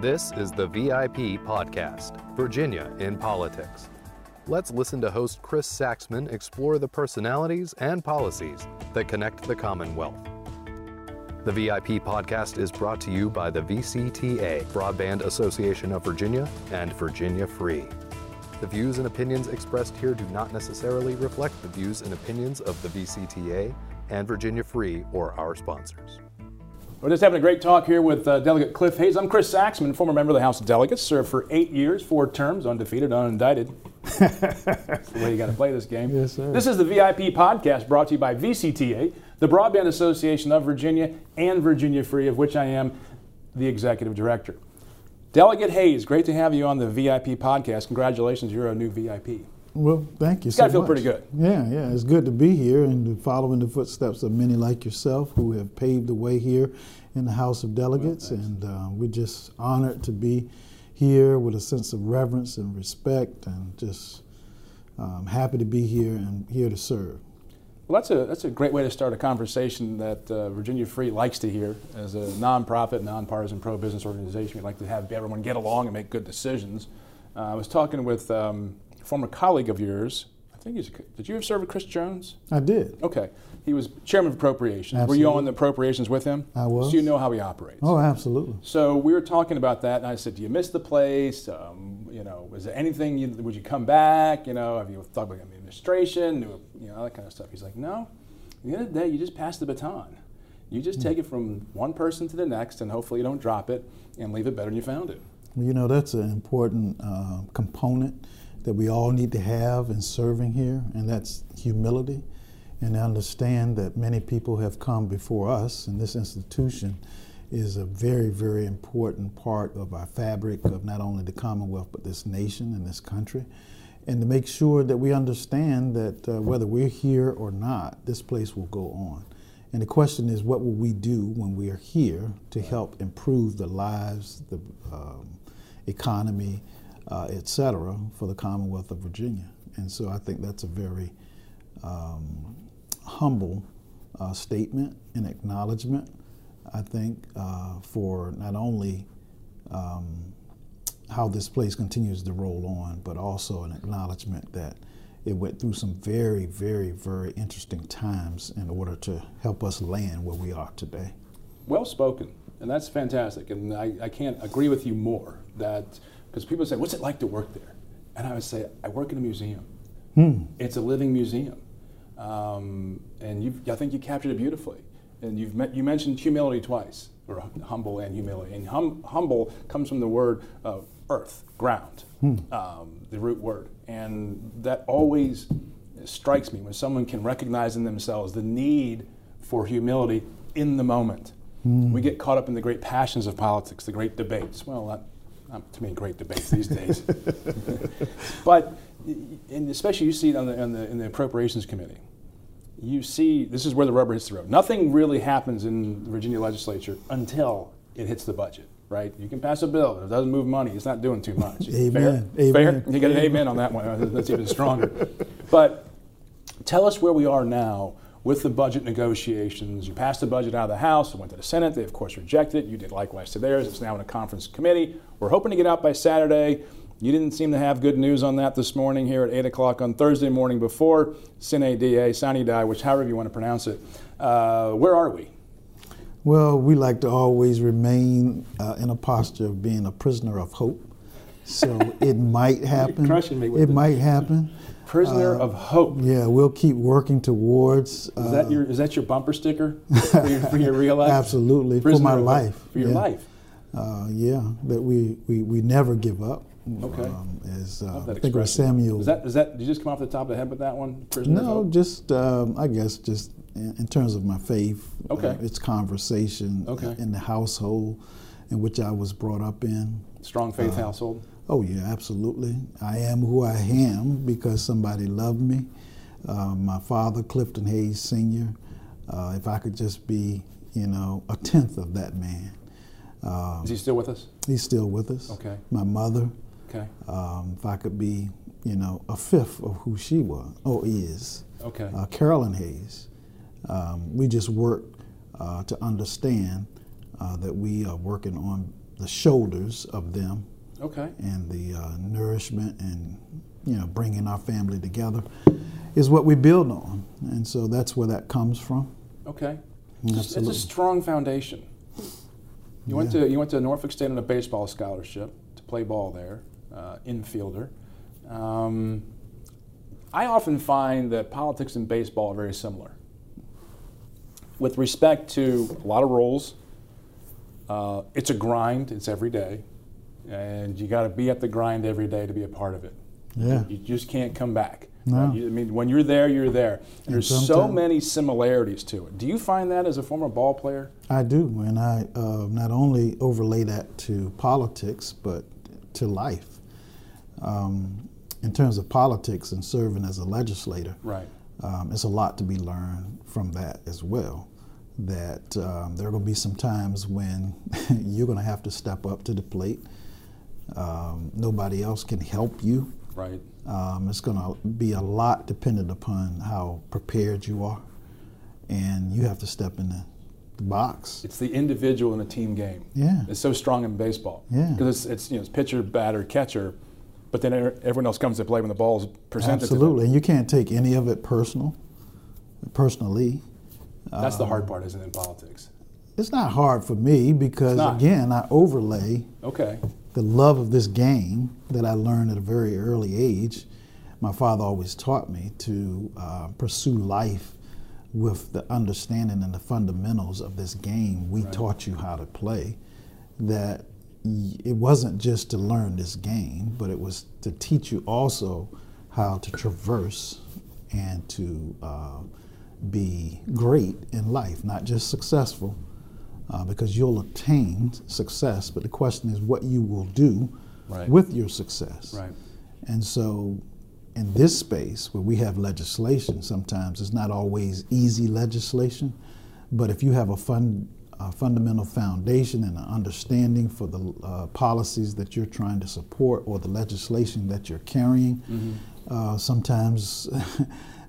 This is the VIP Podcast, Virginia in Politics. Let's listen to host Chris Saxman explore the personalities and policies that connect the Commonwealth. The VIP Podcast is brought to you by the VCTA, Broadband Association of Virginia, and Virginia Free. The views and opinions expressed here do not necessarily reflect the views and opinions of the VCTA and Virginia Free or our sponsors. We're just having a great talk here with uh, Delegate Cliff Hayes. I'm Chris Saxman, former member of the House of Delegates, served for eight years, four terms, undefeated, unindicted. That's the way you got to play this game. Yes, sir. This is the VIP podcast brought to you by VCTA, the Broadband Association of Virginia, and Virginia Free, of which I am the executive director. Delegate Hayes, great to have you on the VIP podcast. Congratulations, you're a new VIP. Well, thank you. It's gotta feel pretty good. Yeah, yeah. It's good to be here and to follow in the footsteps of many like yourself who have paved the way here in the House of Delegates. and uh, we're just honored to be here with a sense of reverence and respect and just um, happy to be here and here to serve. Well, that's a, that's a great way to start a conversation that uh, Virginia Free likes to hear. As a nonprofit, nonpartisan, pro business organization, we like to have everyone get along and make good decisions. Uh, I was talking with um, a former colleague of yours. I think he's. Did you ever serve with Chris Jones? I did. Okay. He was chairman of appropriations. Were you Absolutely. on the appropriations with him? I was. So you know how he operates. Oh, absolutely. So we were talking about that, and I said, "Do you miss the place? Um, you know, was there anything? You, would you come back? You know, have you thought about administration? New, you know, that kind of stuff." He's like, "No. At the end of the day, you just pass the baton. You just take it from one person to the next, and hopefully you don't drop it and leave it better than you found it." Well, you know, that's an important uh, component that we all need to have in serving here, and that's humility. And understand that many people have come before us, and this institution is a very, very important part of our fabric of not only the Commonwealth, but this nation and this country. And to make sure that we understand that uh, whether we're here or not, this place will go on. And the question is, what will we do when we are here to help improve the lives, the um, economy, uh, et cetera, for the Commonwealth of Virginia? And so I think that's a very um, humble uh, statement and acknowledgement, I think, uh, for not only um, how this place continues to roll on, but also an acknowledgement that it went through some very, very, very interesting times in order to help us land where we are today. Well spoken, and that's fantastic. And I, I can't agree with you more that because people say, "What's it like to work there?" And I would say, "I work in a museum. It's a living museum." Um, and you, I think you captured it beautifully. And you've met, you mentioned humility twice, or hum- humble and humility. And hum, humble comes from the word uh, earth, ground, um, the root word, and that always strikes me when someone can recognize in themselves the need for humility in the moment. We get caught up in the great passions of politics, the great debates. Well, not, not too many great debates these days. but, and especially you see it on the, on the, in the Appropriations Committee. You see, this is where the rubber hits the road. Nothing really happens in the Virginia legislature until it hits the budget, right? You can pass a bill, but if it doesn't move money, it's not doing too much. Amen. Fair? Amen. Fair? You got an amen on that one. That's even stronger. But Tell us where we are now with the budget negotiations. You passed the budget out of the House, it went to the Senate. They, of course, rejected it. You did likewise to theirs. It's now in a conference committee. We're hoping to get out by Saturday. You didn't seem to have good news on that this morning here at 8 o'clock on Thursday morning before SINADA, SINADA, which however you want to pronounce it. Uh, where are we? Well, we like to always remain uh, in a posture of being a prisoner of hope. So it might happen. crushing me with it the- might happen. Prisoner Uh, of hope. Yeah, we'll keep working towards. Is Uh, that your is that your bumper sticker for your, for your real life? Absolutely, for Prisoner my of hope. life, For your yeah. life. uh, yeah, that we, we, we never give up. Okay. as uh, That I think it was expression. Samuel. Is that is that? Did you just come off the top of the head with that one? Prisoner of No, hope? just um, I guess just in, in terms of my faith. Okay. uh, it's conversation. uh, Okay. in the household in which I was brought up in. strong faith household. Oh yeah, absolutely. I am who I am because somebody loved me. Uh, my father, Clifton Hayes Sr. Uh, if I could just be, you know, a tenth of that man, Is he still with us? he's still with us. Okay. My mother, Okay. um, if I could be, you know, a fifth of who she was or is. Okay. uh, Carolyn Hayes. Um, we just work uh, to understand uh, that we are working on the shoulders of them Okay. and the uh, nourishment and you know bringing our family together is what we build on and so that's where that comes from Okay. It's Mm-hmm. absolutely a strong foundation. You went to you went to Norfolk State on a baseball scholarship to play ball there, uh, infielder. Um, I often find that politics and baseball are very similar, with respect to a lot of rules. Uh, it's a grind. It's every day, and you got to be at the grind every day to be a part of it. yeah You just can't come back. No. Uh, you- I mean, when you're there, you're there. And there's so sometime- many similarities to it. Do you find that as a former ball player? I do, and I uh, not only overlay that to politics, but to life. Um, in terms of politics and serving as a legislator, Right. um, it's a lot to be learned from that as well. That um, there are going to be some times when you're going to have to step up to the plate. Um, nobody else can help you. Right. Um, it's going to be a lot dependent upon how prepared you are, and you have to step in the, the box. It's the individual in a team game. Yeah. It's so strong in baseball. Yeah. Because it's, it's you know it's pitcher, batter, catcher, but then er- everyone else comes to play when the ball's presented Absolutely, and you can't take any of it personal, personally. to them. That's the Uh-huh. hard part, isn't it, in politics? It's not hard for me because It's not. again, I overlay Okay. the love of this game that I learned at a very early age. My father always taught me to uh, pursue life with the understanding and the fundamentals of this game. We taught you how to play. That y- it wasn't just to learn this game, but it was to teach you also how to traverse and to uh, be great in life, not just successful, uh, because you'll attain success, but the question is what you will do Right. with your success. Right. And so, in this space where we have legislation, sometimes it's not always easy legislation, but if you have a, fun, a fundamental foundation and an understanding for the uh, policies that you're trying to support or the legislation that you're carrying, Mm-hmm. uh, sometimes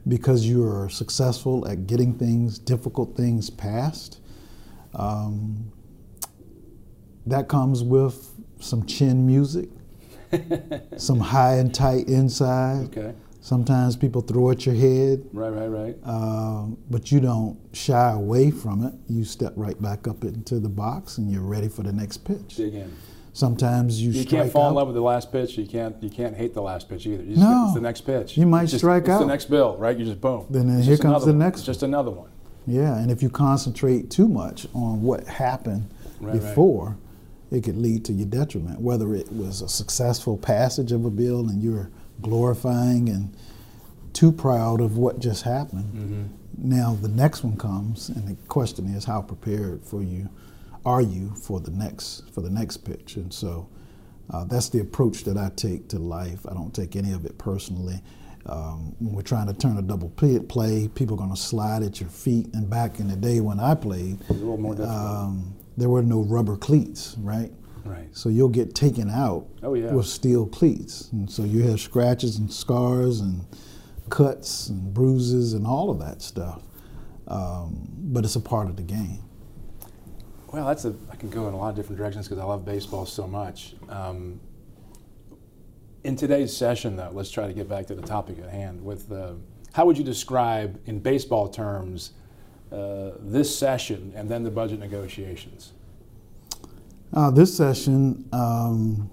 because you are successful at getting things, difficult things passed, that comes with some chin music, some high and tight inside. Okay. Sometimes people throw at your head, Right, right, right. um, but you don't shy away from it. You step right back up into the box and you're ready for the next pitch. Dig in. Sometimes you, You strike can't fall out. in love with the last pitch. You can't. You can't hate the last pitch either. You just, No. it's the next pitch. You might It's just- strike It's the out. next bill, right? You just boom. Then, uh, It's here just comes another the one. next It's just another one. Yeah, and if you concentrate too much on what happened Right, right. before, it could lead to your detriment. Whether it was a successful passage of a bill and you're glorifying and too proud of what just happened, now the next one comes, and the question is, how prepared for you are you for the next for the next pitch? And so. Uh, that's the approach that I take to life. I don't take any of it personally. Um, when we're trying to turn a double play, play people are going to slide at your feet. And back in the day when I played, A little more difficult. um, there were no rubber cleats, right? right. So you'll get taken out Oh, yeah. with steel cleats. And so you have scratches and scars and cuts and bruises and all of that stuff. Um, but it's a part of the game. Well, that's a. I can go in a lot of different directions because I love baseball so much. Um, in today's session, though, let's try to get back to the topic at hand. With uh, how would you describe, in baseball terms, uh, this session and then the budget negotiations? Uh, this session um,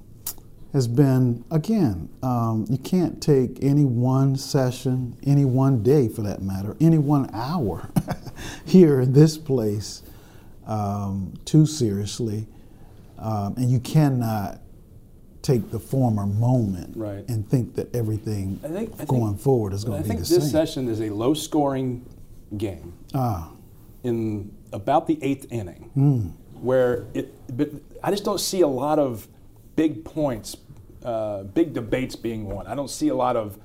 has been, again, um, you can't take any one session, any one day for that matter, any one hour here in this place um, too seriously. Um, and you cannot take the former moment Right. and think that everything I think- I think- going forward is I going to be think the this same. session is a low-scoring game. ah, Hmm. in about the eighth inning, where it, but I just don't see a lot of big points, uh, big debates being won. I don't see a lot of,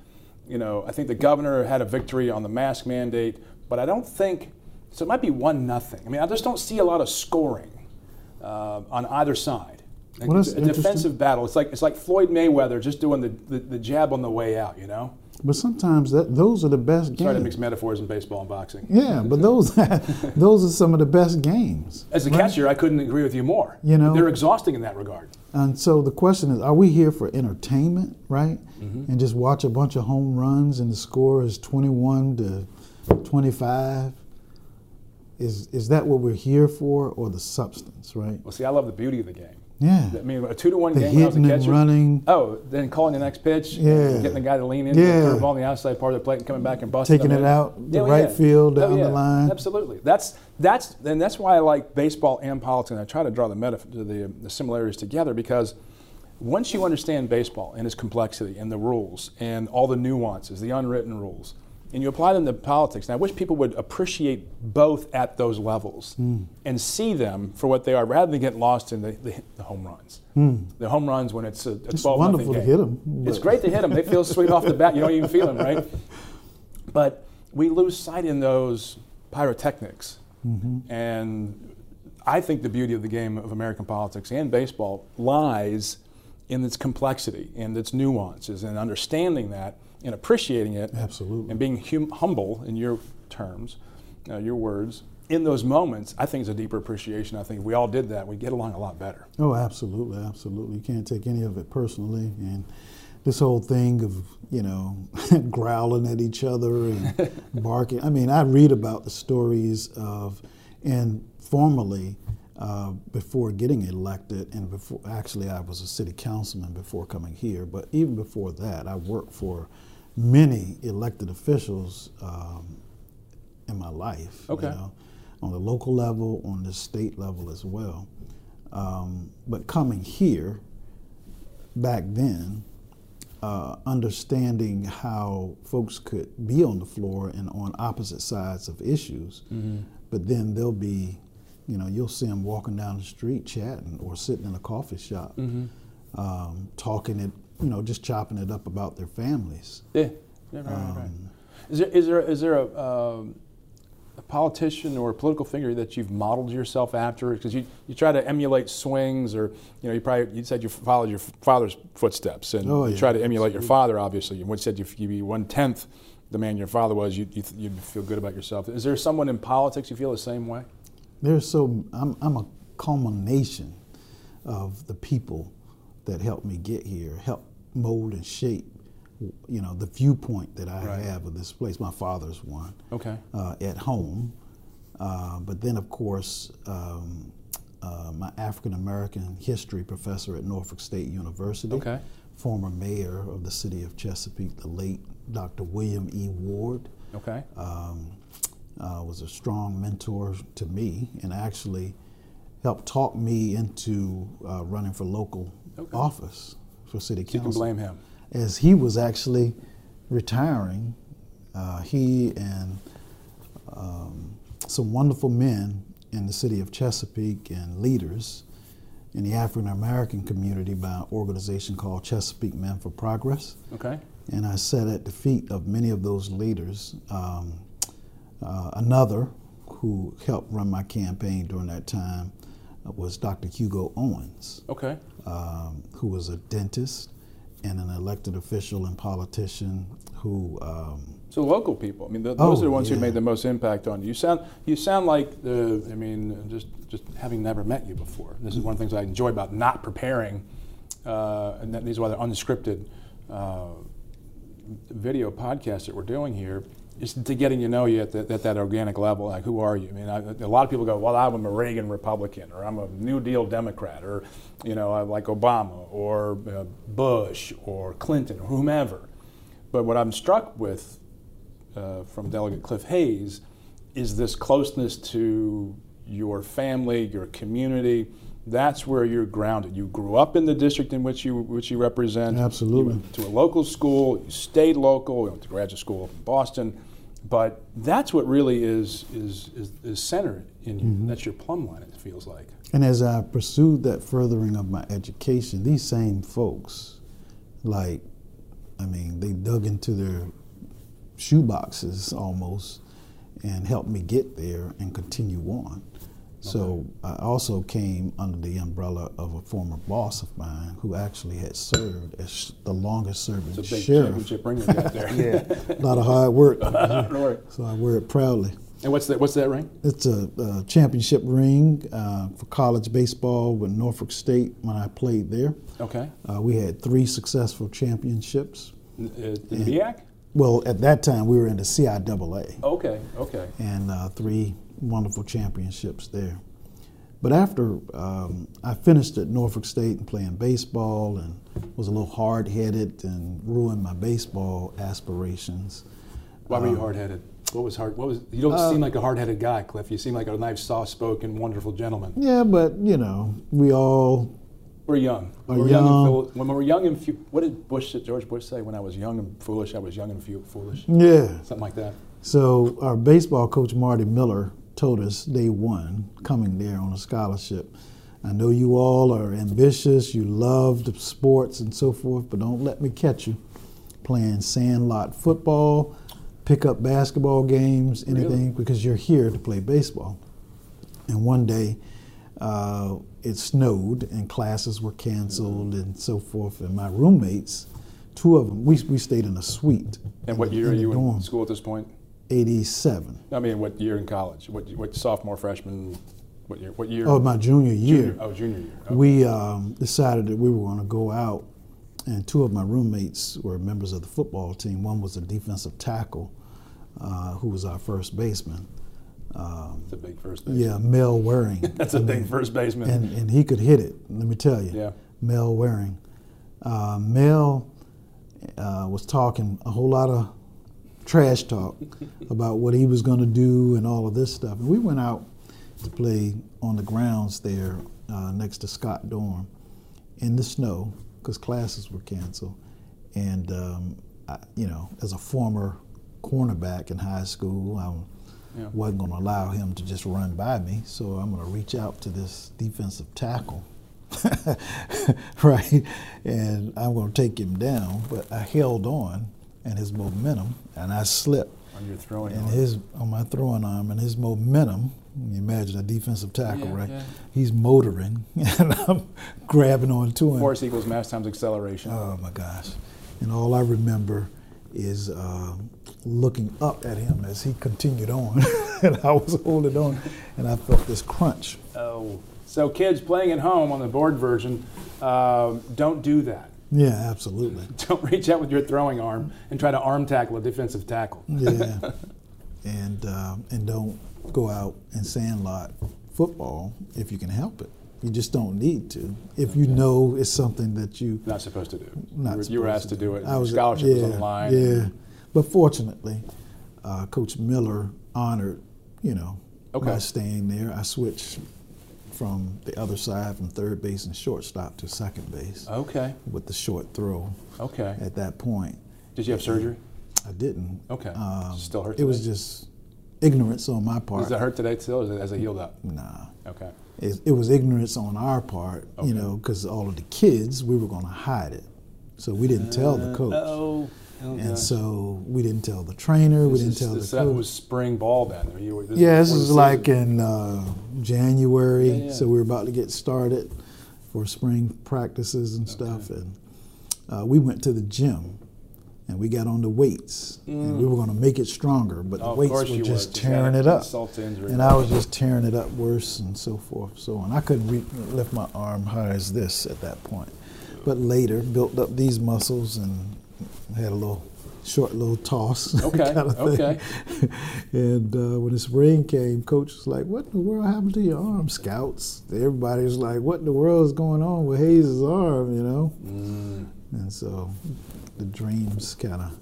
you know, I think the governor had a victory on the mask mandate, but I don't think so. It might be one nothing. I mean, I just don't see a lot of scoring uh, on either side. Like, Well, that's it's a interesting. defensive battle. It's like it's like Floyd Mayweather just doing the, the, the jab on the way out. You know. But sometimes that those are the best Sorry to games. mix metaphors in baseball and boxing. Yeah, but those those are some of the best games. As a catcher, I couldn't agree with you more. You know- they're exhausting in that regard. And so the question is, are we here for entertainment, right? And just watch a bunch of home runs and the score is 21 to 25? Is is that what we're here for or the substance, right? Well, see, I love the beauty of the game. Yeah. I mean, a two to one The game when I was a hitting and catcher. running. Oh, then calling the next pitch. and Yeah. Getting the guy to lean in, Yeah. yeah. curve on the outside part of the plate, and coming back and busting. Taking them it in. out the oh, right field, down the line. Absolutely. That's that's and that's why I like baseball and politics. And I try to draw the metaf- the, the similarities together because once you understand baseball and its complexity and the rules and all the nuances, the unwritten rules, and you apply them to politics, and I wish people would appreciate both at those levels Hmm. and see them for what they are rather than get lost in the, the, the home runs. The home runs when it's a, a 12 nothing Hmm. wonderful to game. hit 'em, It's but- great to hit them. They feel sweet off the bat. You don't even feel them, right? But we lose sight in those pyrotechnics. And I think the beauty of the game of American politics and baseball lies in its complexity and its nuances and understanding that and appreciating it. Absolutely. And being hum- humble in your terms, uh, your words, in those moments, I think is a deeper appreciation. I think if we all did that, we'd get along a lot better. Oh, absolutely, absolutely. You can't take any of it personally, and this whole thing of you know growling at each other and barking. I mean, I read about the stories of, and formerly, uh, before getting elected, and before actually I was a city councilman before coming here, but even before that, I worked for many elected officials um, in my life. you Okay. know, on the local level, on the state level as well. Um, but coming here back then, uh, understanding how folks could be on the floor and on opposite sides of issues, but then they'll be, you know, you'll see them walking down the street chatting or sitting in a coffee shop, um, talking it, you know, just chopping it up about their families. Yeah. yeah right, right, right. Um, Is there is there is there a, um a politician or a political figure that you've modeled yourself after? Because you, you try to emulate swings, or you know you probably you said you followed your father's footsteps, and Oh, you yeah. try to emulate your father. Obviously, and when you said you you'd be one tenth the man your father was, you you you feel good about yourself. Is there someone in politics you feel the same way? There's so I'm, I'm a culmination of the people that helped me get here, helped mold and shape, you know, the viewpoint that I Right. Oh. have of this place. My father's one Okay. uh, at home, uh, but then of course um, uh, my African American history professor at Norfolk State University, Okay. former mayor of the city of Chesapeake, the late Dr. William E. Ward Okay. um, uh, was a strong mentor to me and actually helped talk me into uh, running for local Okay. office for city you can council. blame him. As he was actually retiring, uh, he and um, some wonderful men in the city of Chesapeake and leaders in the African American community by an organization called Chesapeake Men for Progress Okay. and I sat at the feet of many of those leaders. Um, uh, another who helped run my campaign during that time was Dr. Hugo Owens, Okay. um, who was a dentist and an elected official and politician who. Um, So local people. I mean, th those Oh, are the ones who yeah. made the most impact on you. You sound you sound like the. I mean, just just having never met you before. This is one of the things I enjoy about not preparing, uh, and that, these are why they're unscripted. Uh, video podcast that we're doing here is to getting to know you at, the, at that organic level. Like, who are you? I mean, I, a lot of people go, well, I'm a Reagan Republican, or I'm a New Deal Democrat, or, you know, I like Obama, or uh, Bush, or Clinton, or whomever. But what I'm struck with uh, from Delegate Cliff Hayes is this closeness to your family, your community. That's where you're grounded. You grew up in the district in which you which you represent. You Absolutely. went to a local school. You stayed local. You went to graduate school up in Boston, but that's what really is is is, is centered in you. Mm-hmm. That's your plumb line. It feels like. and as I pursued that furthering of my education, these same folks, like, I mean, they dug into their shoe boxes almost and helped me get there and continue on. So I also came under the umbrella of a former boss of mine who actually had served as the longest serving It's a big sheriff. championship ring you got there. yeah. A lot of hard work. Lord. so I wear it proudly. And what's that? What's that ring? It's a, a championship ring uh, for college baseball with Norfolk State when I played there. Okay. Uh, we had three successful championships. N- Uh, the Mm-hmm. NIAC? Well, at that time we were in the CIAA. Okay. Okay. and uh, three wonderful championships there. But after um, I finished at Norfolk State and playing baseball and was a little hard headed and ruined my baseball aspirations. Why were Um, you hard-headed? What was hard? What was? You don't uh, seem like a hard-headed guy, Cliff. You seem like a nice, soft-spoken, wonderful gentleman. Yeah, but you know, we all, We're young. We're We're young. and young. fool- when we're young and fu- what did Bush, George Bush, say? When I was young and foolish, I was young and fu- foolish. Mm. yeah. Something like that. So our baseball coach, Marty Miller, told us day one, coming there on a scholarship, I know you all are ambitious, you love the sports and so forth, but don't let me catch you playing sandlot football, pick up basketball games, anything, because you're here to play baseball. And one day, uh, it snowed and classes were canceled and so forth. And my roommates, two of them, we, we stayed in a suite. And what the- year are the you in dorm. school at this point? 87. I mean, what year in college? What what sophomore, freshman? What year? What year? Oh, my junior year, Junior- Oh, junior year. Oh, we um, decided that we were going to go out, and two of my roommates were members of the football team. One was a defensive tackle, uh, who was our first baseman. that's a big first. Baseman. Yeah, Mel Waring, That's a big first baseman. and and he could hit it. Let me tell you. Yeah. Mel Waring. Uh, Mel uh, was talking a whole lot of trash talk about what he was going to do and all of this stuff. And we went out to play on the grounds there uh, next to Scott Dorm in the snow because classes were canceled. And, um, I, you know, as a former cornerback in high school, I Yeah. wasn't going to allow him to just run by me. So I'm going to reach out to this defensive tackle right? And I'm going to take him down, but I held on and his momentum, and I slipped. on your throwing. And arm. his on my throwing arm, and his momentum. You imagine a defensive tackle, Yeah, right? yeah. He's motoring, and I'm grabbing onto him. Force equals mass times acceleration. Oh my gosh! And all I remember is um looking up at him as he continued on, and I was holding on, and I felt this crunch. Oh. So kids playing at home on the board version, um, don't do that. Yeah, absolutely. Don't reach out with your throwing arm and try to arm tackle a defensive tackle. Mm. Yeah, and um, and don't go out and sandlot football if you can help it. You just don't need to if you know it's something that you Not supposed to do. not. you, were, you were supposed asked to do it. I was Scholarship yeah, was on the line. Yeah, but fortunately, uh, Coach Miller honored you know Okay. my staying there. I switched from the other side from third base and shortstop to second base Okay. with the short throw. Okay. At that point, Did you have surgery? I didn't. Okay. Um, Still hurt It was today? just ignorance on my part. Does it hurt today still? Or is it, has it healed up? Nah. Okay. It, it was ignorance on our part, you know, because all of the kids, we were going to hide it. So we didn't tell the coach. Oh. And so we didn't tell the trainer. we This didn't is- tell this- the that coach. was spring ball then. Or you were, yeah, this before the was season. like in uh, January, Yeah, yeah. so we were about to get started for spring practices and stuff. And uh, we went to the gym and we got on the weights, and we were going to make it stronger, but Oh, the Mm. of weights course you were were. just Just tearing added it up. insult to injury. And I was just tearing it up worse and so forth. So on. I couldn't re- lift my arm high as this at that point. But later, built up these muscles and had a little short little toss. Okay, kinda thing. okay. and uh, when the spring came, coach was like, "What in the world happened to your arm?" Scouts, everybody was like, "What in the world is going on with Hayes' arm?" You know. Mm. And so, the dreams kind of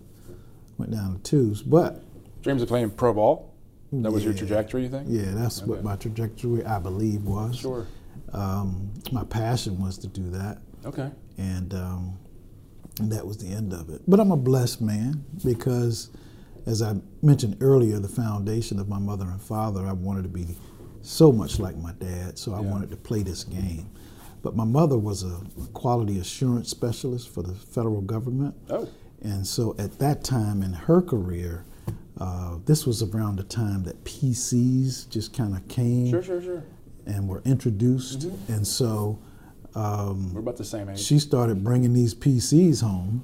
went down the tubes. But Dreams of playing pro ball. That was your Yeah. trajectory, you think? yeah, that's what Okay. my trajectory, I believe, was. Sure. Um, my passion was to do that, Okay. and um, and that was the end of it. But I'm a blessed man because, as I mentioned earlier, the foundation of my mother and father, I wanted to be so much like my dad, so I Yeah. wanted to play this game. But my mother was a quality assurance specialist for the federal government. Oh. And so at that time in her career, uh, this was around the time that PCs just kind of came Sure, Mm-hmm. sure, sure. and were introduced. And so Mm-hmm. We're about the same age. she started bringing these PCs home,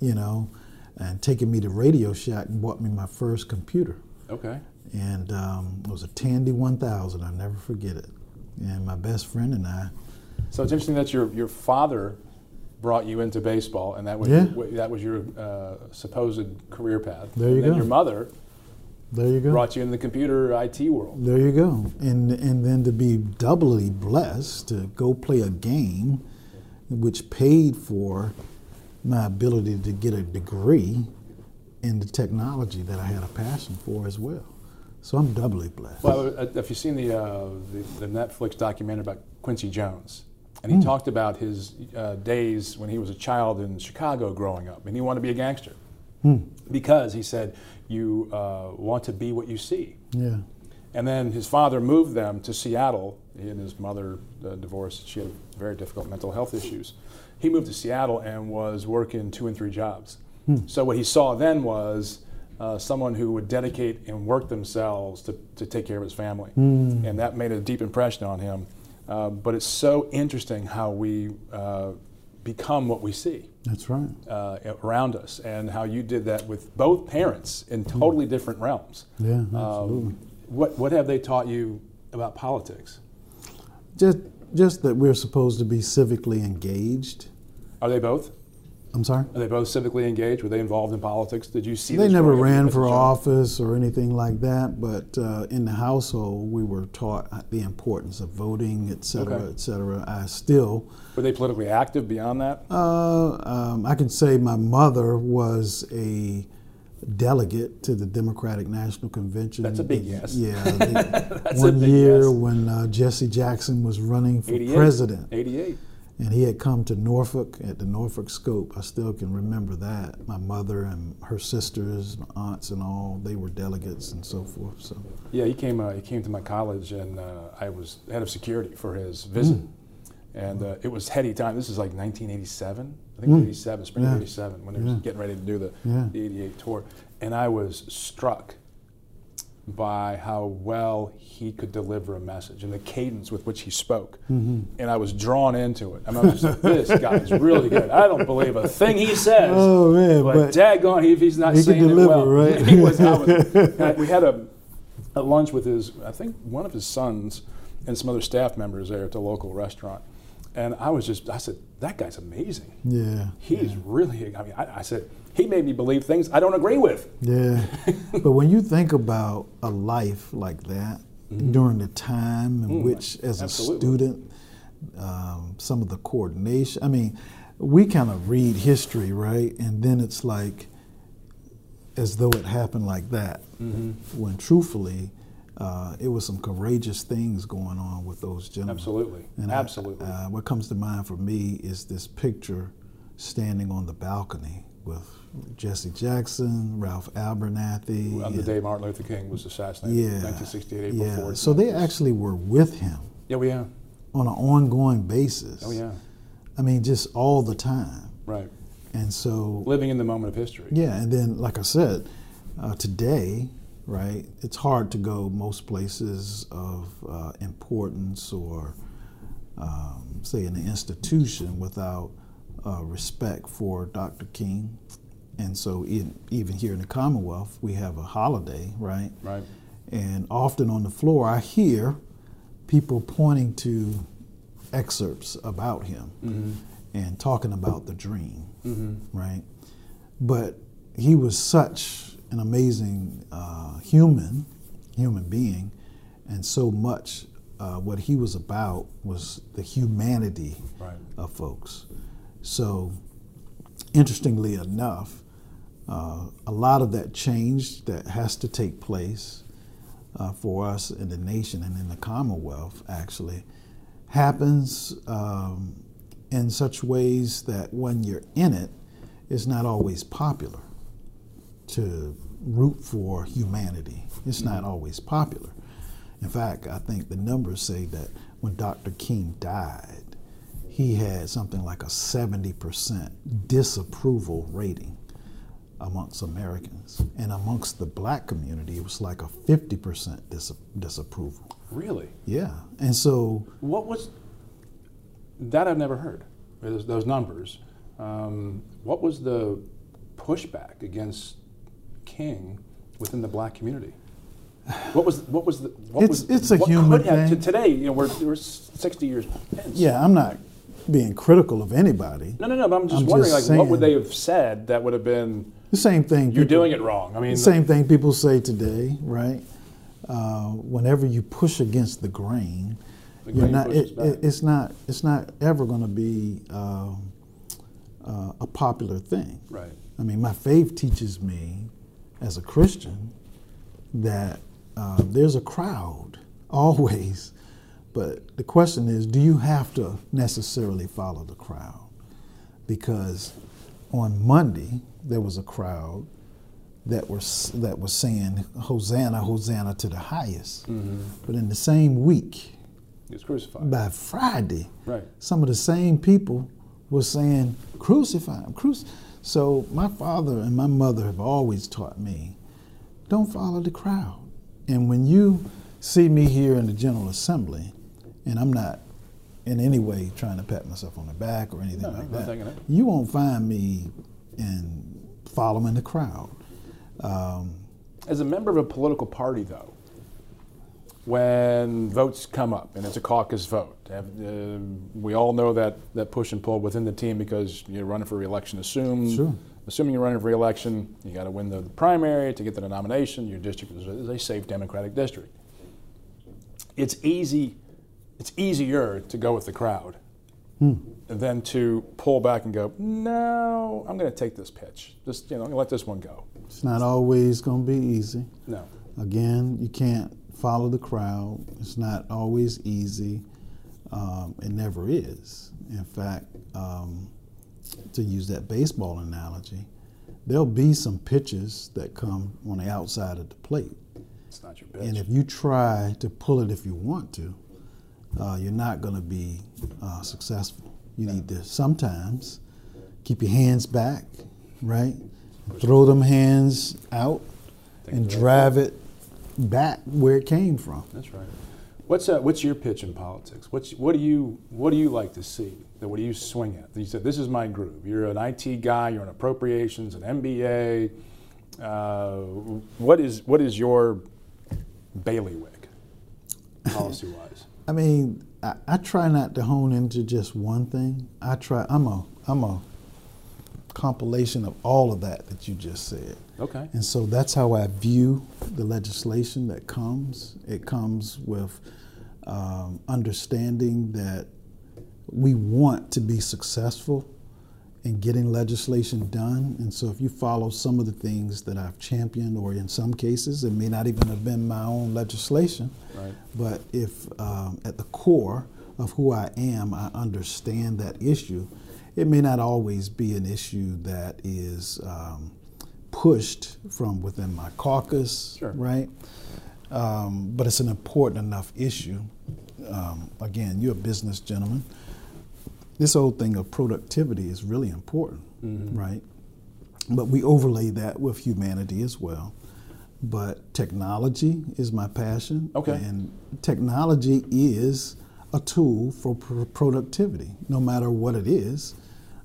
you know, and taking me to Radio Shack and bought me my first computer. Okay. And um, it was a Tandy 1000. I'll never forget it. And my best friend and I, So it's interesting that your your father brought you into baseball, and that was Yeah. wa- that was your uh, supposed career path. There and you then go. Your mother there you go. brought you into the computer IT world. There you go. And and then to be doubly blessed to go play a game which paid for my ability to get a degree in the technology that I had a passion for as well. So I'm doubly blessed. Well, uh, if you've seen the, uh, the the Netflix documentary about Quincy Jones, and he talked about his uh, days when he was a child in Chicago growing up, and he wanted to be a gangster because he said you uh, want to be what you see. yeah. And then his father moved them to Seattle. He and his mother uh, divorced. She had very difficult mental health issues. He moved to Seattle and was working two and three jobs. So what he saw then was uh, someone who would dedicate and work themselves to, to take care of his family. And that made a deep impression on him. Uh, but it's so interesting how we uh, become what we see That's right. uh, around us and how you did that with both parents in totally different realms. Yeah, Um, absolutely. what, what have they taught you about politics? Just just that we're supposed to be civically engaged. Are they both? I'm sorry. Are they both civically engaged? Were they involved in politics? Did you see They this never growing up in ran Mr. for Jones? office or anything like that, but uh, in the household, we were taught uh, the importance of voting, et cetera, Okay. et cetera. I still, Were they politically active beyond that? uh, um, I can say my mother was a delegate to the Democratic National Convention. That's a big yes. Yeah. the- That's a one big year yes. when uh, Jesse Jackson was running for 88. president, 88. and he had come to Norfolk at the Norfolk Scope. I still can remember that. My mother and her sisters, my aunts, and all they were delegates and so forth. So Yeah, he came. Uh, he came to my college, and uh, I was head of security for his visit. Hmm. And uh, it was heady time. This is like 1987, I think 87, spring of Hmm. Yeah. 87, when they were getting ready to do the, Yeah. the 88 tour. And I was struck by how well he could deliver a message and the cadence with which he spoke. Mm-hmm. And I was drawn into it. I, mean, I was just like, this guy's really good. I don't believe a thing he says. Oh, man, But, but- daggone, if he's not He can saying deliver, it well. right? he was, I was- I- Uh, we had a, at lunch with his, I think one of his sons and some other staff members there at the local restaurant. And I was just, I said, that guy's amazing. yeah, He's really, I mean, I, I said, he made me believe things I don't agree with. Yeah. but when you think about a life like that during the time in which, as absolutely. a student, um, some of the coordination, I mean, we kind of read history, right? And then it's like as though it happened like that, when truthfully, uh, it was some courageous things going on with those gentlemen. Absolutely. And I- Absolutely. uh, what comes to mind for me is this picture standing on the balcony with Jesse Jackson, Ralph Abernathy. on the and- day Martin Luther King was assassinated, yeah, 1968, April yeah. 4th. So they actually were with him Yeah, we yeah. on an ongoing basis. Oh, yeah. I mean, just all the time. Right. And so Living in the moment of history. Yeah, and then like I said, uh, today, right? It's hard to go most places of uh, importance or um, say in an institution without uh, respect for Dr. King. And so, in, even here in the Commonwealth, we have a holiday, right? Right. And often on the floor, I hear people pointing to excerpts about him and talking about the dream, right? But he was such an amazing uh, human, human being, and so much uh, what he was about was the humanity Right. of folks. So, interestingly enough, uh, a lot of that change that has to take place uh, for us in the nation and in the Commonwealth actually happens um, in such ways that when you're in it, it's not always popular to root for humanity. It's not always popular. In fact, I think the numbers say that when Dr. King died, he had something like a 70% disapproval rating amongst Americans. And amongst the black community, it was like a 50% dis- disapproval. Really? Yeah. And so, What was that? I've never heard those, those numbers. Um, what was the pushback against King within the black community? What was what was the what It's- was it's a what human could have- to thing. today? You know, we're we're sixty years. Hence. yeah, I'm not being critical of anybody. No, no, no. But I'm just I'm wondering, like, just what would saying. they have said that would have been? The same thing. You're people- doing it wrong. I mean, The same thing people say today, right? Uh, whenever you push against the grain, you're grain not. pushes It, back. it, it's not. It's not ever going to be um, uh, a popular thing. Right. I mean, my faith teaches me, as a Christian, that uh, there's a crowd always, but the question is, do you have to necessarily follow the crowd? Because on Monday there was a crowd that were s- that was saying Hosanna, Hosanna to the highest, but in the same week, He was crucified. by Friday, Right. some of the same people were saying, crucify him, cruci-" So my father and my mother have always taught me, don't follow the crowd. And when you see me here in the General Assembly, and I'm not in any way trying to pat myself on the back or anything No, like no, that, thank you. you won't find me in following the crowd. As a member of a political party, though, when votes come up and it's a caucus vote, have, uh, we all know that, that push and pull within the team because you're running for reelection. Assume, Sure. assuming you're running for reelection, you got to win the primary to get the nomination. Your district is a, is a safe Democratic district. It's easy, it's easier to go with the crowd Hmm. than to pull back and go, no, I'm going to take this pitch. Just you know, I'm going to let this one go. It's not always going to be easy. No. Again, you can't follow the crowd. It's not always easy. Um, it never is. In fact, um, to use that baseball analogy, there'll be some pitches that come on the outside of the plate. It's not your And pitch. if you try to pull it if you want to, uh, you're not going to be uh, successful. You need to sometimes keep your hands back, right? Throw them hands out and drive it back where it came from. That's right. What's uh, what's your pitch in politics? What's what do you what do you like to see? That what do you swing at? You said this is my groove. You're an IT guy. You're an appropriations, an MBA. Uh, what is what is your bailiwick, policy wise? I mean, I, I try not to hone into just one thing. I try. I'm a I'm a compilation of all of that that you just said. Okay. And so that's how I view the legislation that comes. It comes with um, understanding that we want to be successful in getting legislation done. And so if you follow some of the things that I've championed, or in some cases, it may not even have been my own legislation, Right. but if um, at the core of who I am, I understand that issue, it may not always be an issue that is um, pushed from within my caucus, Sure. right? Um, but it's an important enough issue. Um, again, you're a business gentleman. This whole thing of productivity is really important, right? But we overlay that with humanity as well. But technology is my passion. Okay. And technology is a tool for pr- productivity, no matter what it is,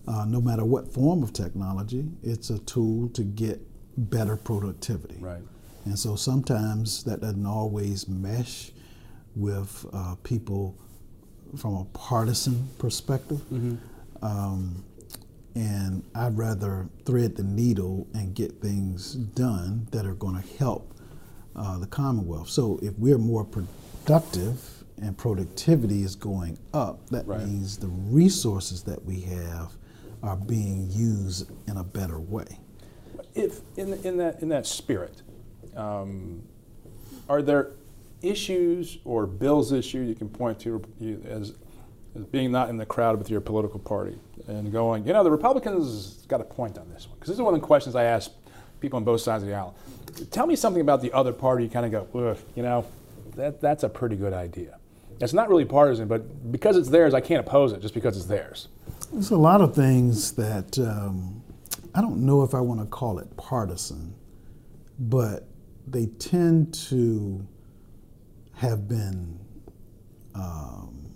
uh, no matter what form of technology, it's a tool to get better productivity. Right. And so sometimes that doesn't always mesh with uh, people from a partisan perspective. Mm-hmm. Um, and I'd rather thread the needle and get things done that are going to help uh, the Commonwealth. So if we're more productive and productivity is going up, that Right. means the resources that we have are being used in a better way. if in, in that in that spirit, um, are there issues or bills issue you can point to you, as, as being not in the crowd with your political party and going, you know, the Republicans got a point on this one because this is one of the questions I ask people on both sides of the aisle. Tell me something about the other party. You kind of go, Ugh, you know, that that's a pretty good idea. It's not really partisan, but because it's theirs, I can't oppose it just because it's theirs. There's a lot of things that um, I don't know if I want to call it partisan, but they tend to have been um,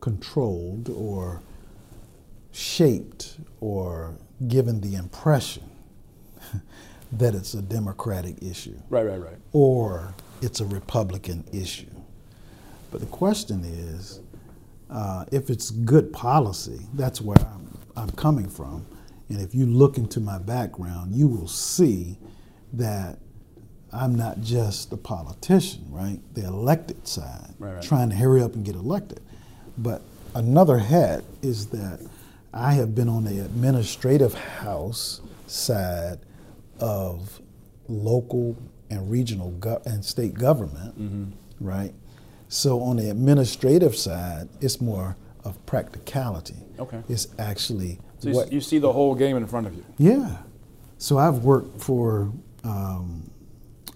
controlled or shaped or given the impression that it's a Democratic issue Right, right, right. or it's a Republican issue. But the question is, uh, if it's good policy, that's where I'm, I'm coming from. And if you look into my background, you will see that I'm not just a politician, right? The elected side, Right, right. trying to hurry up and get elected. But another hat is that I have been on the administrative house side of local and regional go- and state government, Mm-hmm. right? So on the administrative side, it's more of practicality. Okay. It's actually So you, what you see the whole game in front of you. yeah. So I've worked for um,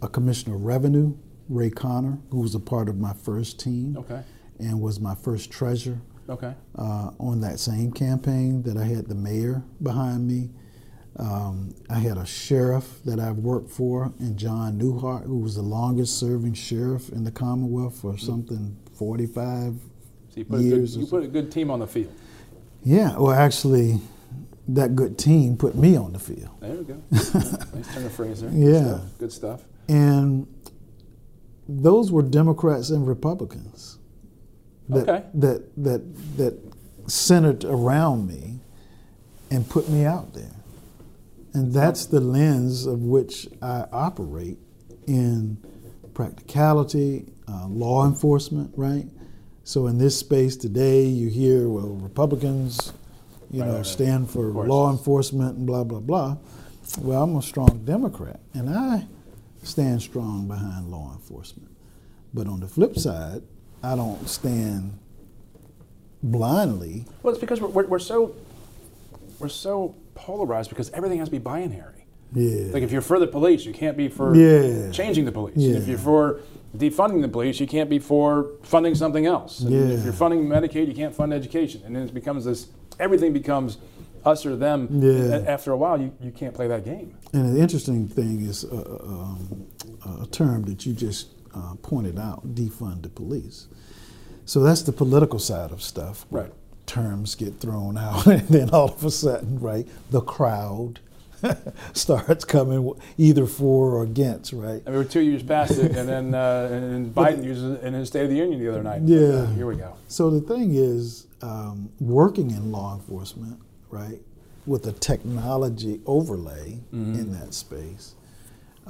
a commissioner of revenue, Ray Connor, who was a part of my first team Okay. and was my first treasurer Okay. uh, on that same campaign that I had the mayor behind me. Um, I had a sheriff that I've worked for, and John Newhart, who was the longest serving sheriff in the Commonwealth for something 45 So you put, a good, years. or you put a good team on the field. yeah, well, actually, that good team put me on the field. There we go. nice turn of phrase there. Good Yeah. stuff. Good stuff. And those were Democrats and Republicans that, Okay. that, that, that centered around me and put me out there. And that's the lens of which I operate in practicality, uh, law enforcement, right? So in this space today, you hear, well, Republicans, you Right, know, right, right. stand for course. law enforcement and blah, blah, blah. Well, I'm a strong Democrat, and I stand strong behind law enforcement. But on the flip side, I don't stand blindly. Well, it's because we're, we're, we're so we're so polarized because everything has to be binary. Yeah. Like if you're for the police, you can't be for Yeah. changing the police. Yeah. If you're for defunding the police, you can't be for funding something else. And Yeah. If you're funding Medicaid, you can't fund education. And then it becomes this. Everything becomes us or them. Yeah. A- After a while, you, you can't play that game. And an interesting thing is uh, um, a term that you just uh, pointed out defund the police. So that's the political side of stuff. where Right. Terms get thrown out, and then all of a sudden, right, the crowd starts coming either for or against, right? And we were two years past it, and then uh, and Biden uses it in his State of the Union the other night. uh, Yeah. Here we go. So the thing is, um, working in law enforcement, right, with a technology overlay Mm-hmm. in that space,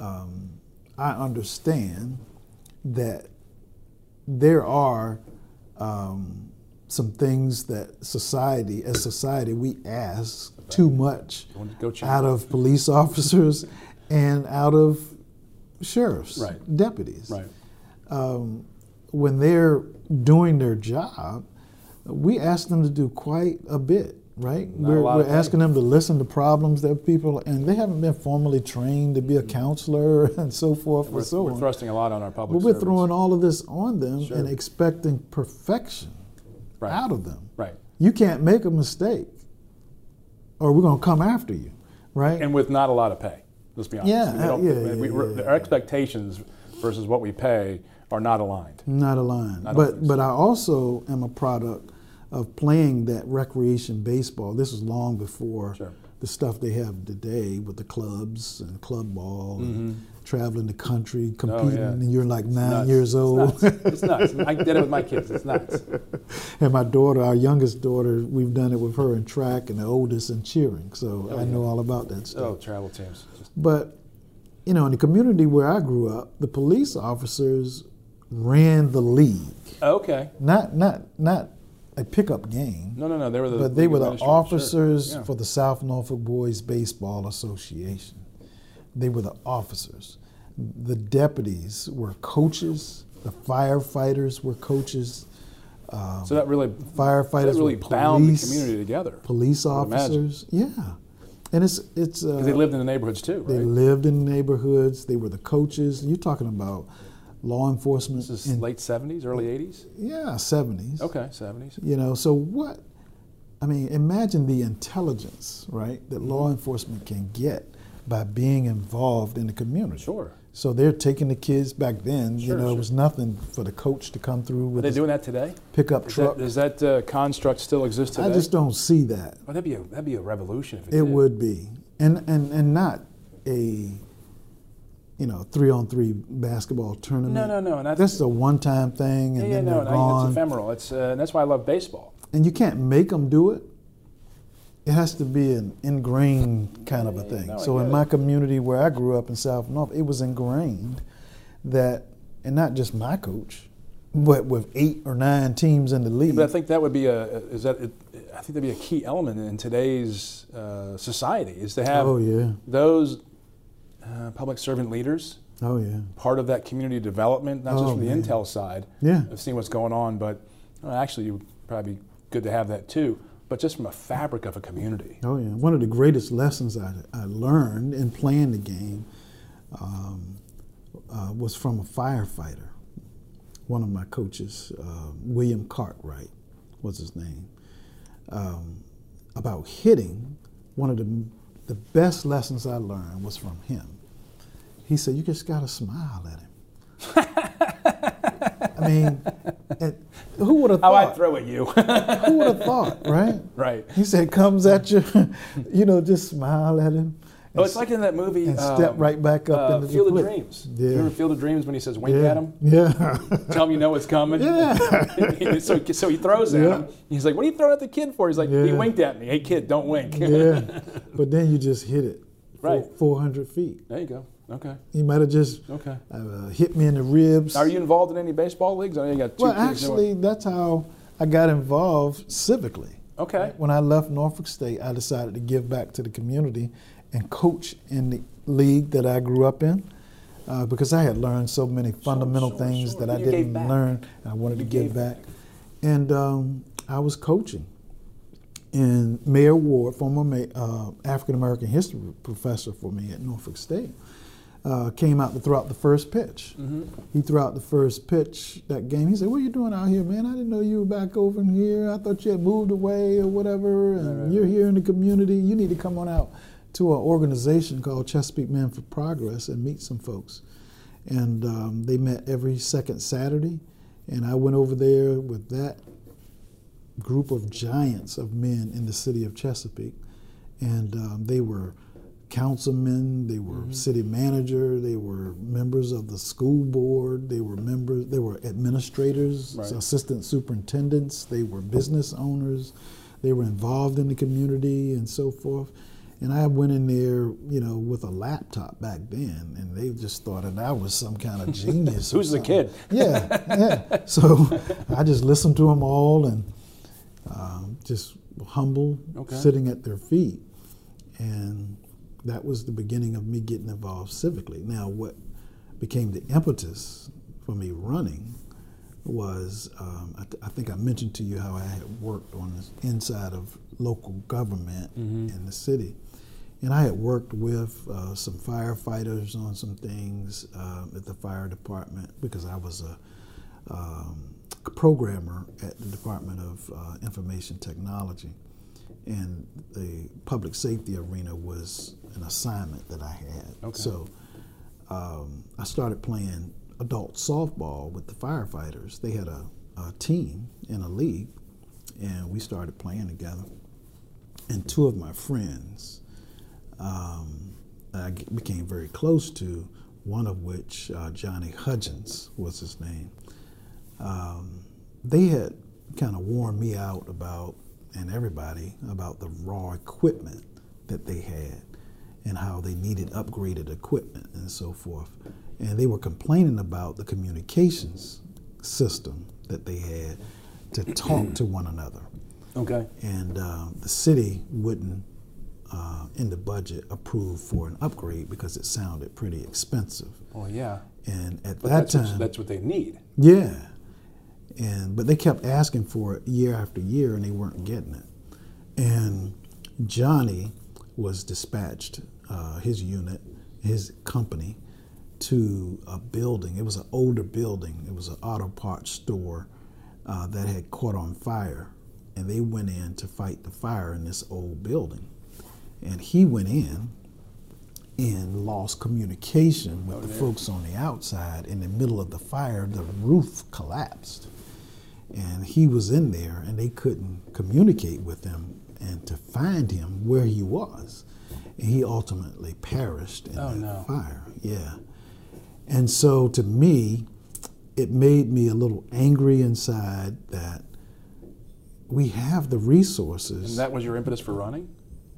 um, I understand that there are um, some things that society, as society, we ask too much Don't go check. out of police officers and out of sheriffs, Right. deputies Right. when they're doing their job, we ask them to do quite a bit, right? a we're lot we're of asking them to listen to problems that people, and they haven't been formally trained to be a counselor and so forth Mm-hmm. We're, and so we're on. thrusting a lot on our public. but we're servants. throwing all of this on them Sure. and expecting perfection Right. out of them. Right. You can't make a mistake, or we're going to come after you, right? and with not a lot of pay. Let's be honest. Yeah, uh, We don't- yeah, yeah, we- yeah, we're- yeah, Our expectations versus what we pay are not aligned. Not aligned. don't think But but I also am a product of playing that recreation baseball. This was long before Sure. the stuff they have today with the clubs and club ball Mm-hmm. and traveling the country, competing, and you're like nine Oh, Nuts. years old. It's nuts. It's nuts. I did it with my kids. It's nuts. and my daughter, our youngest daughter, we've done it with her in track and the oldest in cheering. So I know all about that stuff. Oh, travel teams. Just- But you know, in the community where I grew up, the police officers ran the league. Okay. Not not not a pickup game. No, no, no. They were the. But they league were the administrators. Sure. officers Yeah. for the South Norfolk Boys Baseball Association. They were the officers. The deputies were coaches. The firefighters were coaches. so that really, Firefighters that really were police. bound the community together. Police I would imagine. officers. Yeah, and it's it's. Uh, 'Cause they lived in the neighborhoods too, they right? lived in neighborhoods. They were the coaches. You're talking about law enforcement This is in late 70s, early 80s. yeah 70s. Okay, 70s. You know, so what? I mean, imagine the Mm-hmm. intelligence, right, that law enforcement can get by being involved in the community. Sure. So they're taking the kids back then. you know, it was nothing for the coach to come through Are with they his doing that today? pickup Is truck. that, does that uh, construct still exist today? I just don't see that. Oh, that'd be a that'd be a revolution if it, It did. would be, and and and not a, you know, three on three basketball tournament. No, no, no, and I- That's a one time thing, Yeah, and yeah, then no, they're and I, it's gone. ephemeral. It's uh, and that's why I love baseball. and you can't make them do it. It has to be an ingrained kind of a thing. no, I so get in it. my community where I grew up in South North, it was ingrained that, and not just my coach, but with eight or nine teams in the league. But I think that would be a is that it, I think that'd be a key element in today's uh, society is to have Oh, yeah. those uh, public servant leaders oh yeah, part of that community development, not Oh, just from the man. intel side Yeah. of seeing what's going on, but well, actually you would probably be good to have that too. But just from a fabric of a community, oh yeah. One of the greatest lessons I, I learned in playing the game um, uh, was from a firefighter. One of my coaches, uh, William Cartwright, was his name. um, about hitting, one of the, the best lessons I learned was from him. He said, You just got to smile at him. I mean, it, who would have how I thought? throw at you, who would have thought, right? right? He said, Comes at you, you know, just smile at him. Oh, it's like in that movie. and step right back up uh, into the Field of play. Dreams. Yeah. You remember Field of Dreams when he says wink at yeah. him? Yeah. Tell him you know what's coming. Yeah. so, so he throws at Yeah. him. He's like, "What are you throwing at the kid for?" He's like, "He Yeah. winked at me. Hey, kid, don't wink." yeah. But then you just hit it four- Right. 400 feet. there you go. Okay. He might have just Okay. uh, hit me in the ribs. Are you involved in any baseball leagues? I know you got two Well, kids. actually, that's how I got involved civically. okay. When I left Norfolk State, I decided to give back to the community and coach in the league that I grew up in uh, because I had learned so many fundamental sure, things sure. that I You gave didn't back. learn and I wanted You to give gave back. back. And um, I was coaching. And Mayor Ward, former ma- uh, African American history professor for me at Norfolk State, uh, came out to throw out the first pitch. He threw out the first pitch that game. He said, "What are you doing out here, man? I didn't know you were back over in here. I thought you had moved away or whatever. And you're here in the community. You need to come on out to an organization called Chesapeake Men for Progress and meet some folks." And um, they met every second Saturday, and I went over there with that group of giants of men in the city of Chesapeake, and um, they were councilmen, they were Mm-hmm. city manager, they were members of the school board, they were members, they were administrators, Right. assistant superintendents, they were business owners, they were involved in the community and so forth. And I went in there, you know, with a laptop back then, and they just thought that I was some kind of genius. or Who's the something. kid? Yeah, yeah. So I just listened to them all and um, just humble, Okay. sitting at their feet. And that was the beginning of me getting involved civically. Now, what became the impetus for me running was um, I, th- I think I mentioned to you how I had worked on the inside of local government in the city. And I had worked with uh, some firefighters on some things um, at the fire department because I was a um, programmer at the Department of uh, Information Technology. And the public safety arena was an assignment that I had. Okay. So um, I started playing adult softball with the firefighters. They had a, a team in a league, and we started playing together. And two of my friends um, that I g- became very close to, one of which, uh, Johnny Hudgens was his name, um, they had kind of warned me out about, and everybody, about the raw equipment that they had and how they needed upgraded equipment and so forth. And they were complaining about the communications system that they had to talk to one another. Okay. And uh, the city wouldn't, uh, in the budget, approve for an upgrade because it sounded pretty expensive. Well, yeah. And at But that that's time, what, that's what they need. yeah. And but they kept asking for it year after year and they weren't getting it. And Johnny was dispatched, uh, his unit, his company, to a building. It was an older building. It was an auto parts store uh, that had caught on fire. And they went in to fight the fire in this old building. And he went in in lost communication with the Oh, folks on the outside. In the middle of the fire, the roof collapsed. And he was in there, and they couldn't communicate with him and to find him where he was. And he ultimately perished in that Oh, no. fire. Yeah. And so to me, it made me a little angry inside that we have the resources. And that was your impetus for running?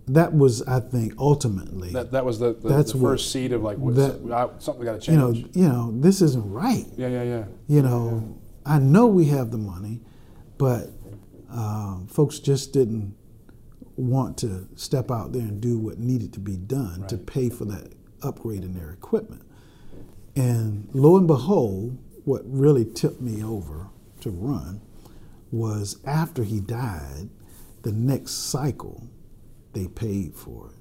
That was, I think, ultimately, That, that was the, the, That's the what- first seed of like, what, that- I- something got to you know, change. you know, this isn't right. yeah, yeah, yeah. You know, I know we have the money, but um, folks just didn't want to step out there and do what needed to be done to Right. pay for that upgrade in their equipment. And lo and behold, what really tipped me over to run was after he died, the next cycle they paid for it.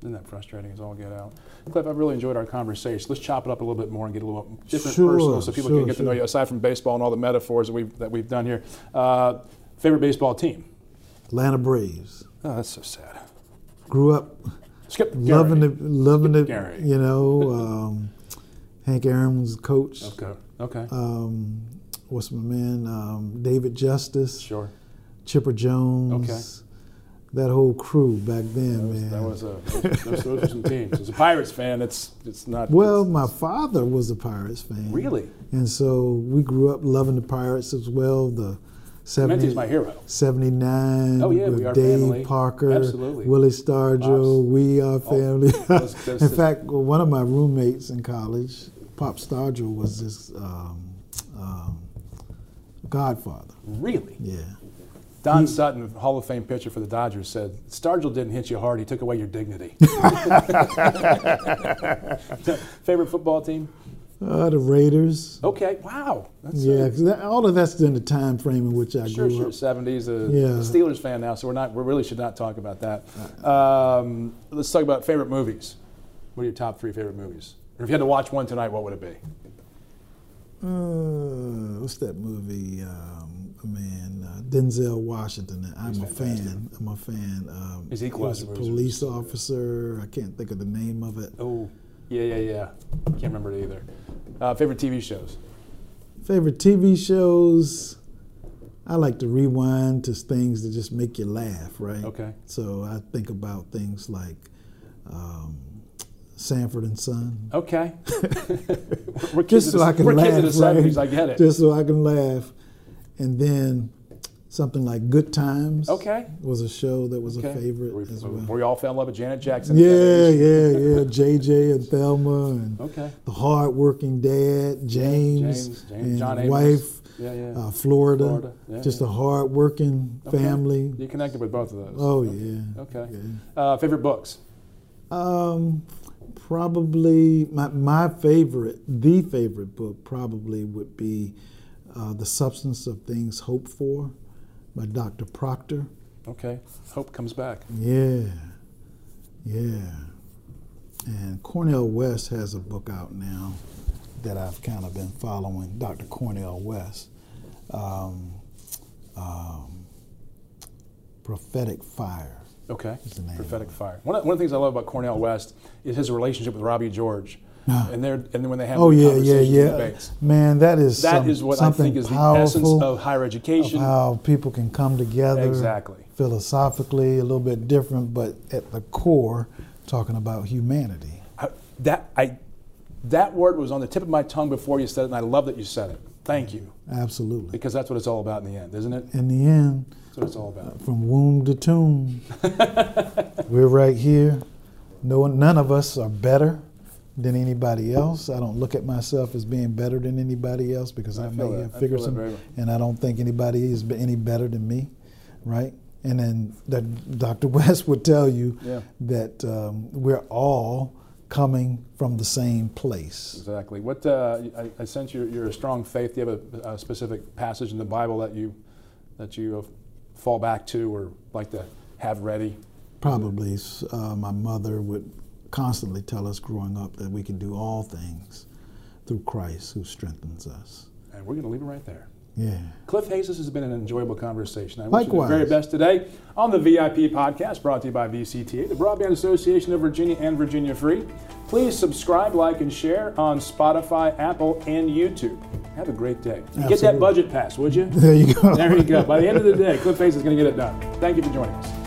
Isn't that frustrating as all get out? Cliff, I really enjoyed our conversation. Let's chop it up a little bit more and get a little different Sure, personal so people can sure, get to know sure. you, aside from baseball and all the metaphors that we've, that we've done here. Uh, favorite baseball team? Atlanta Braves. Oh, that's so sad. Grew up Skip Gary. loving the loving the Gary. you know um, Hank Aaron was the coach. Okay, okay, Um, what's my man um, David Justice, sure. Chipper Jones, Okay. that whole crew back then, man. That was a, those, those were some teams. As a Pirates fan, it's, it's not. well, my father was a Pirates fan, Really? and so we grew up loving the Pirates as well. The 70, Menti's my hero. 79 Oh, yeah, with We Are Dave Family. Parker, Absolutely. Willie Stargell, Pops. Oh, We Are Family. those- those- in fact, well, one of my roommates in college, Pop Stargell, was this um, um, godfather. Really? Yeah. Don Sutton, Hall of Fame pitcher for the Dodgers, said Stargell didn't hit you hard; he took away your dignity. Favorite football team? Uh, the Raiders. Okay, wow. Oh, That's uh, Yeah, 'cause that, all of that's in the time frame in which I sure, grew sure. up. Seventies. Uh, Yeah. Steelers fan now, so we're not. We really should not talk about that. Um, let's talk about favorite movies. What are your top three favorite movies? Or if you had to watch one tonight, what would it be? Uh, what's that movie? Um, man, uh, Denzel Washington. I'm a fan. I'm a fan. Um, He's he was Equalizer a movies are police officer. I can't think of the name of it. Oh, yeah, yeah, yeah. Can't remember it either. Uh, favorite TV shows? Favorite TV shows? I like to rewind to things that just make you laugh, right? Okay. So I think about things like um, Sanford and Son. Okay. we're kids Just of so the- I can we're laugh. kids of the right? 70s. I get it. Just so I can laugh. And then something like Good Times. Okay. Was a show that was a Okay. favorite We, as well. we all fell in love with Janet Jackson. Yeah, yeah, yeah. JJ and Thelma and Okay. the hardworking dad, James, James, James, and John Amos. wife, Yeah, yeah. uh, Florida. Florida, yeah, just yeah. a hardworking Okay. family. You connected with both of those. Oh yeah. Okay. yeah. Uh, favorite books? Um, probably my my favorite, the favorite book probably would be uh, "The Substance of Things Hoped For" by Dr. Proctor. Okay. Hope comes back. Yeah, yeah. And Cornell West has a book out now that I've kind of been following, Dr. Cornell West. Um, um, prophetic Fire. Okay. What's the name? Prophetic Fire. One of, one of the things I love about Cornell West is his relationship with Robbie George. and they're and then when they have Ah. Oh their yeah, yeah, conversations and yeah. debates. Man, that is That is some- what I something think is the essence powerful of higher education. how people can come together Exactly. philosophically, a little bit different, but at the core, talking about humanity. I- that I that word was on the tip of my tongue before you said it, and I love that you said it. Thank you, Absolutely. because that's what it's all about in the end, isn't it? In the end, That's what it's all about. from womb to tomb, we're right here. No, one- none of us are better than anybody else. I don't look at myself as being better than anybody else because I, I feel may that. I have feel figured that some, very much. and I don't think anybody is be- any better than me, right? And then that Dr. West would tell you Yeah. that um, we're all coming from the same place. Exactly. What uh, I, I sense you're, you're a strong faith. Do you have a, a specific passage in the Bible that you that you uh, fall back to or like to have ready? Probably. Uh, my mother would constantly tell us growing up that we can do all things through Christ who strengthens us. And we're going to leave it right there. Yeah. Cliff Hayes, this has been an enjoyable conversation. I wish you the Likewise. very best today on the VIP podcast brought to you by VCTA, the Broadband Association of Virginia and Virginia Free. Please subscribe, like, and share on Spotify, Apple, and YouTube. Have a great day. Get that Absolutely. budget passed, would you? There you go. There you go. By the end of the day, Cliff Hayes is going to get it done. Thank you for joining us.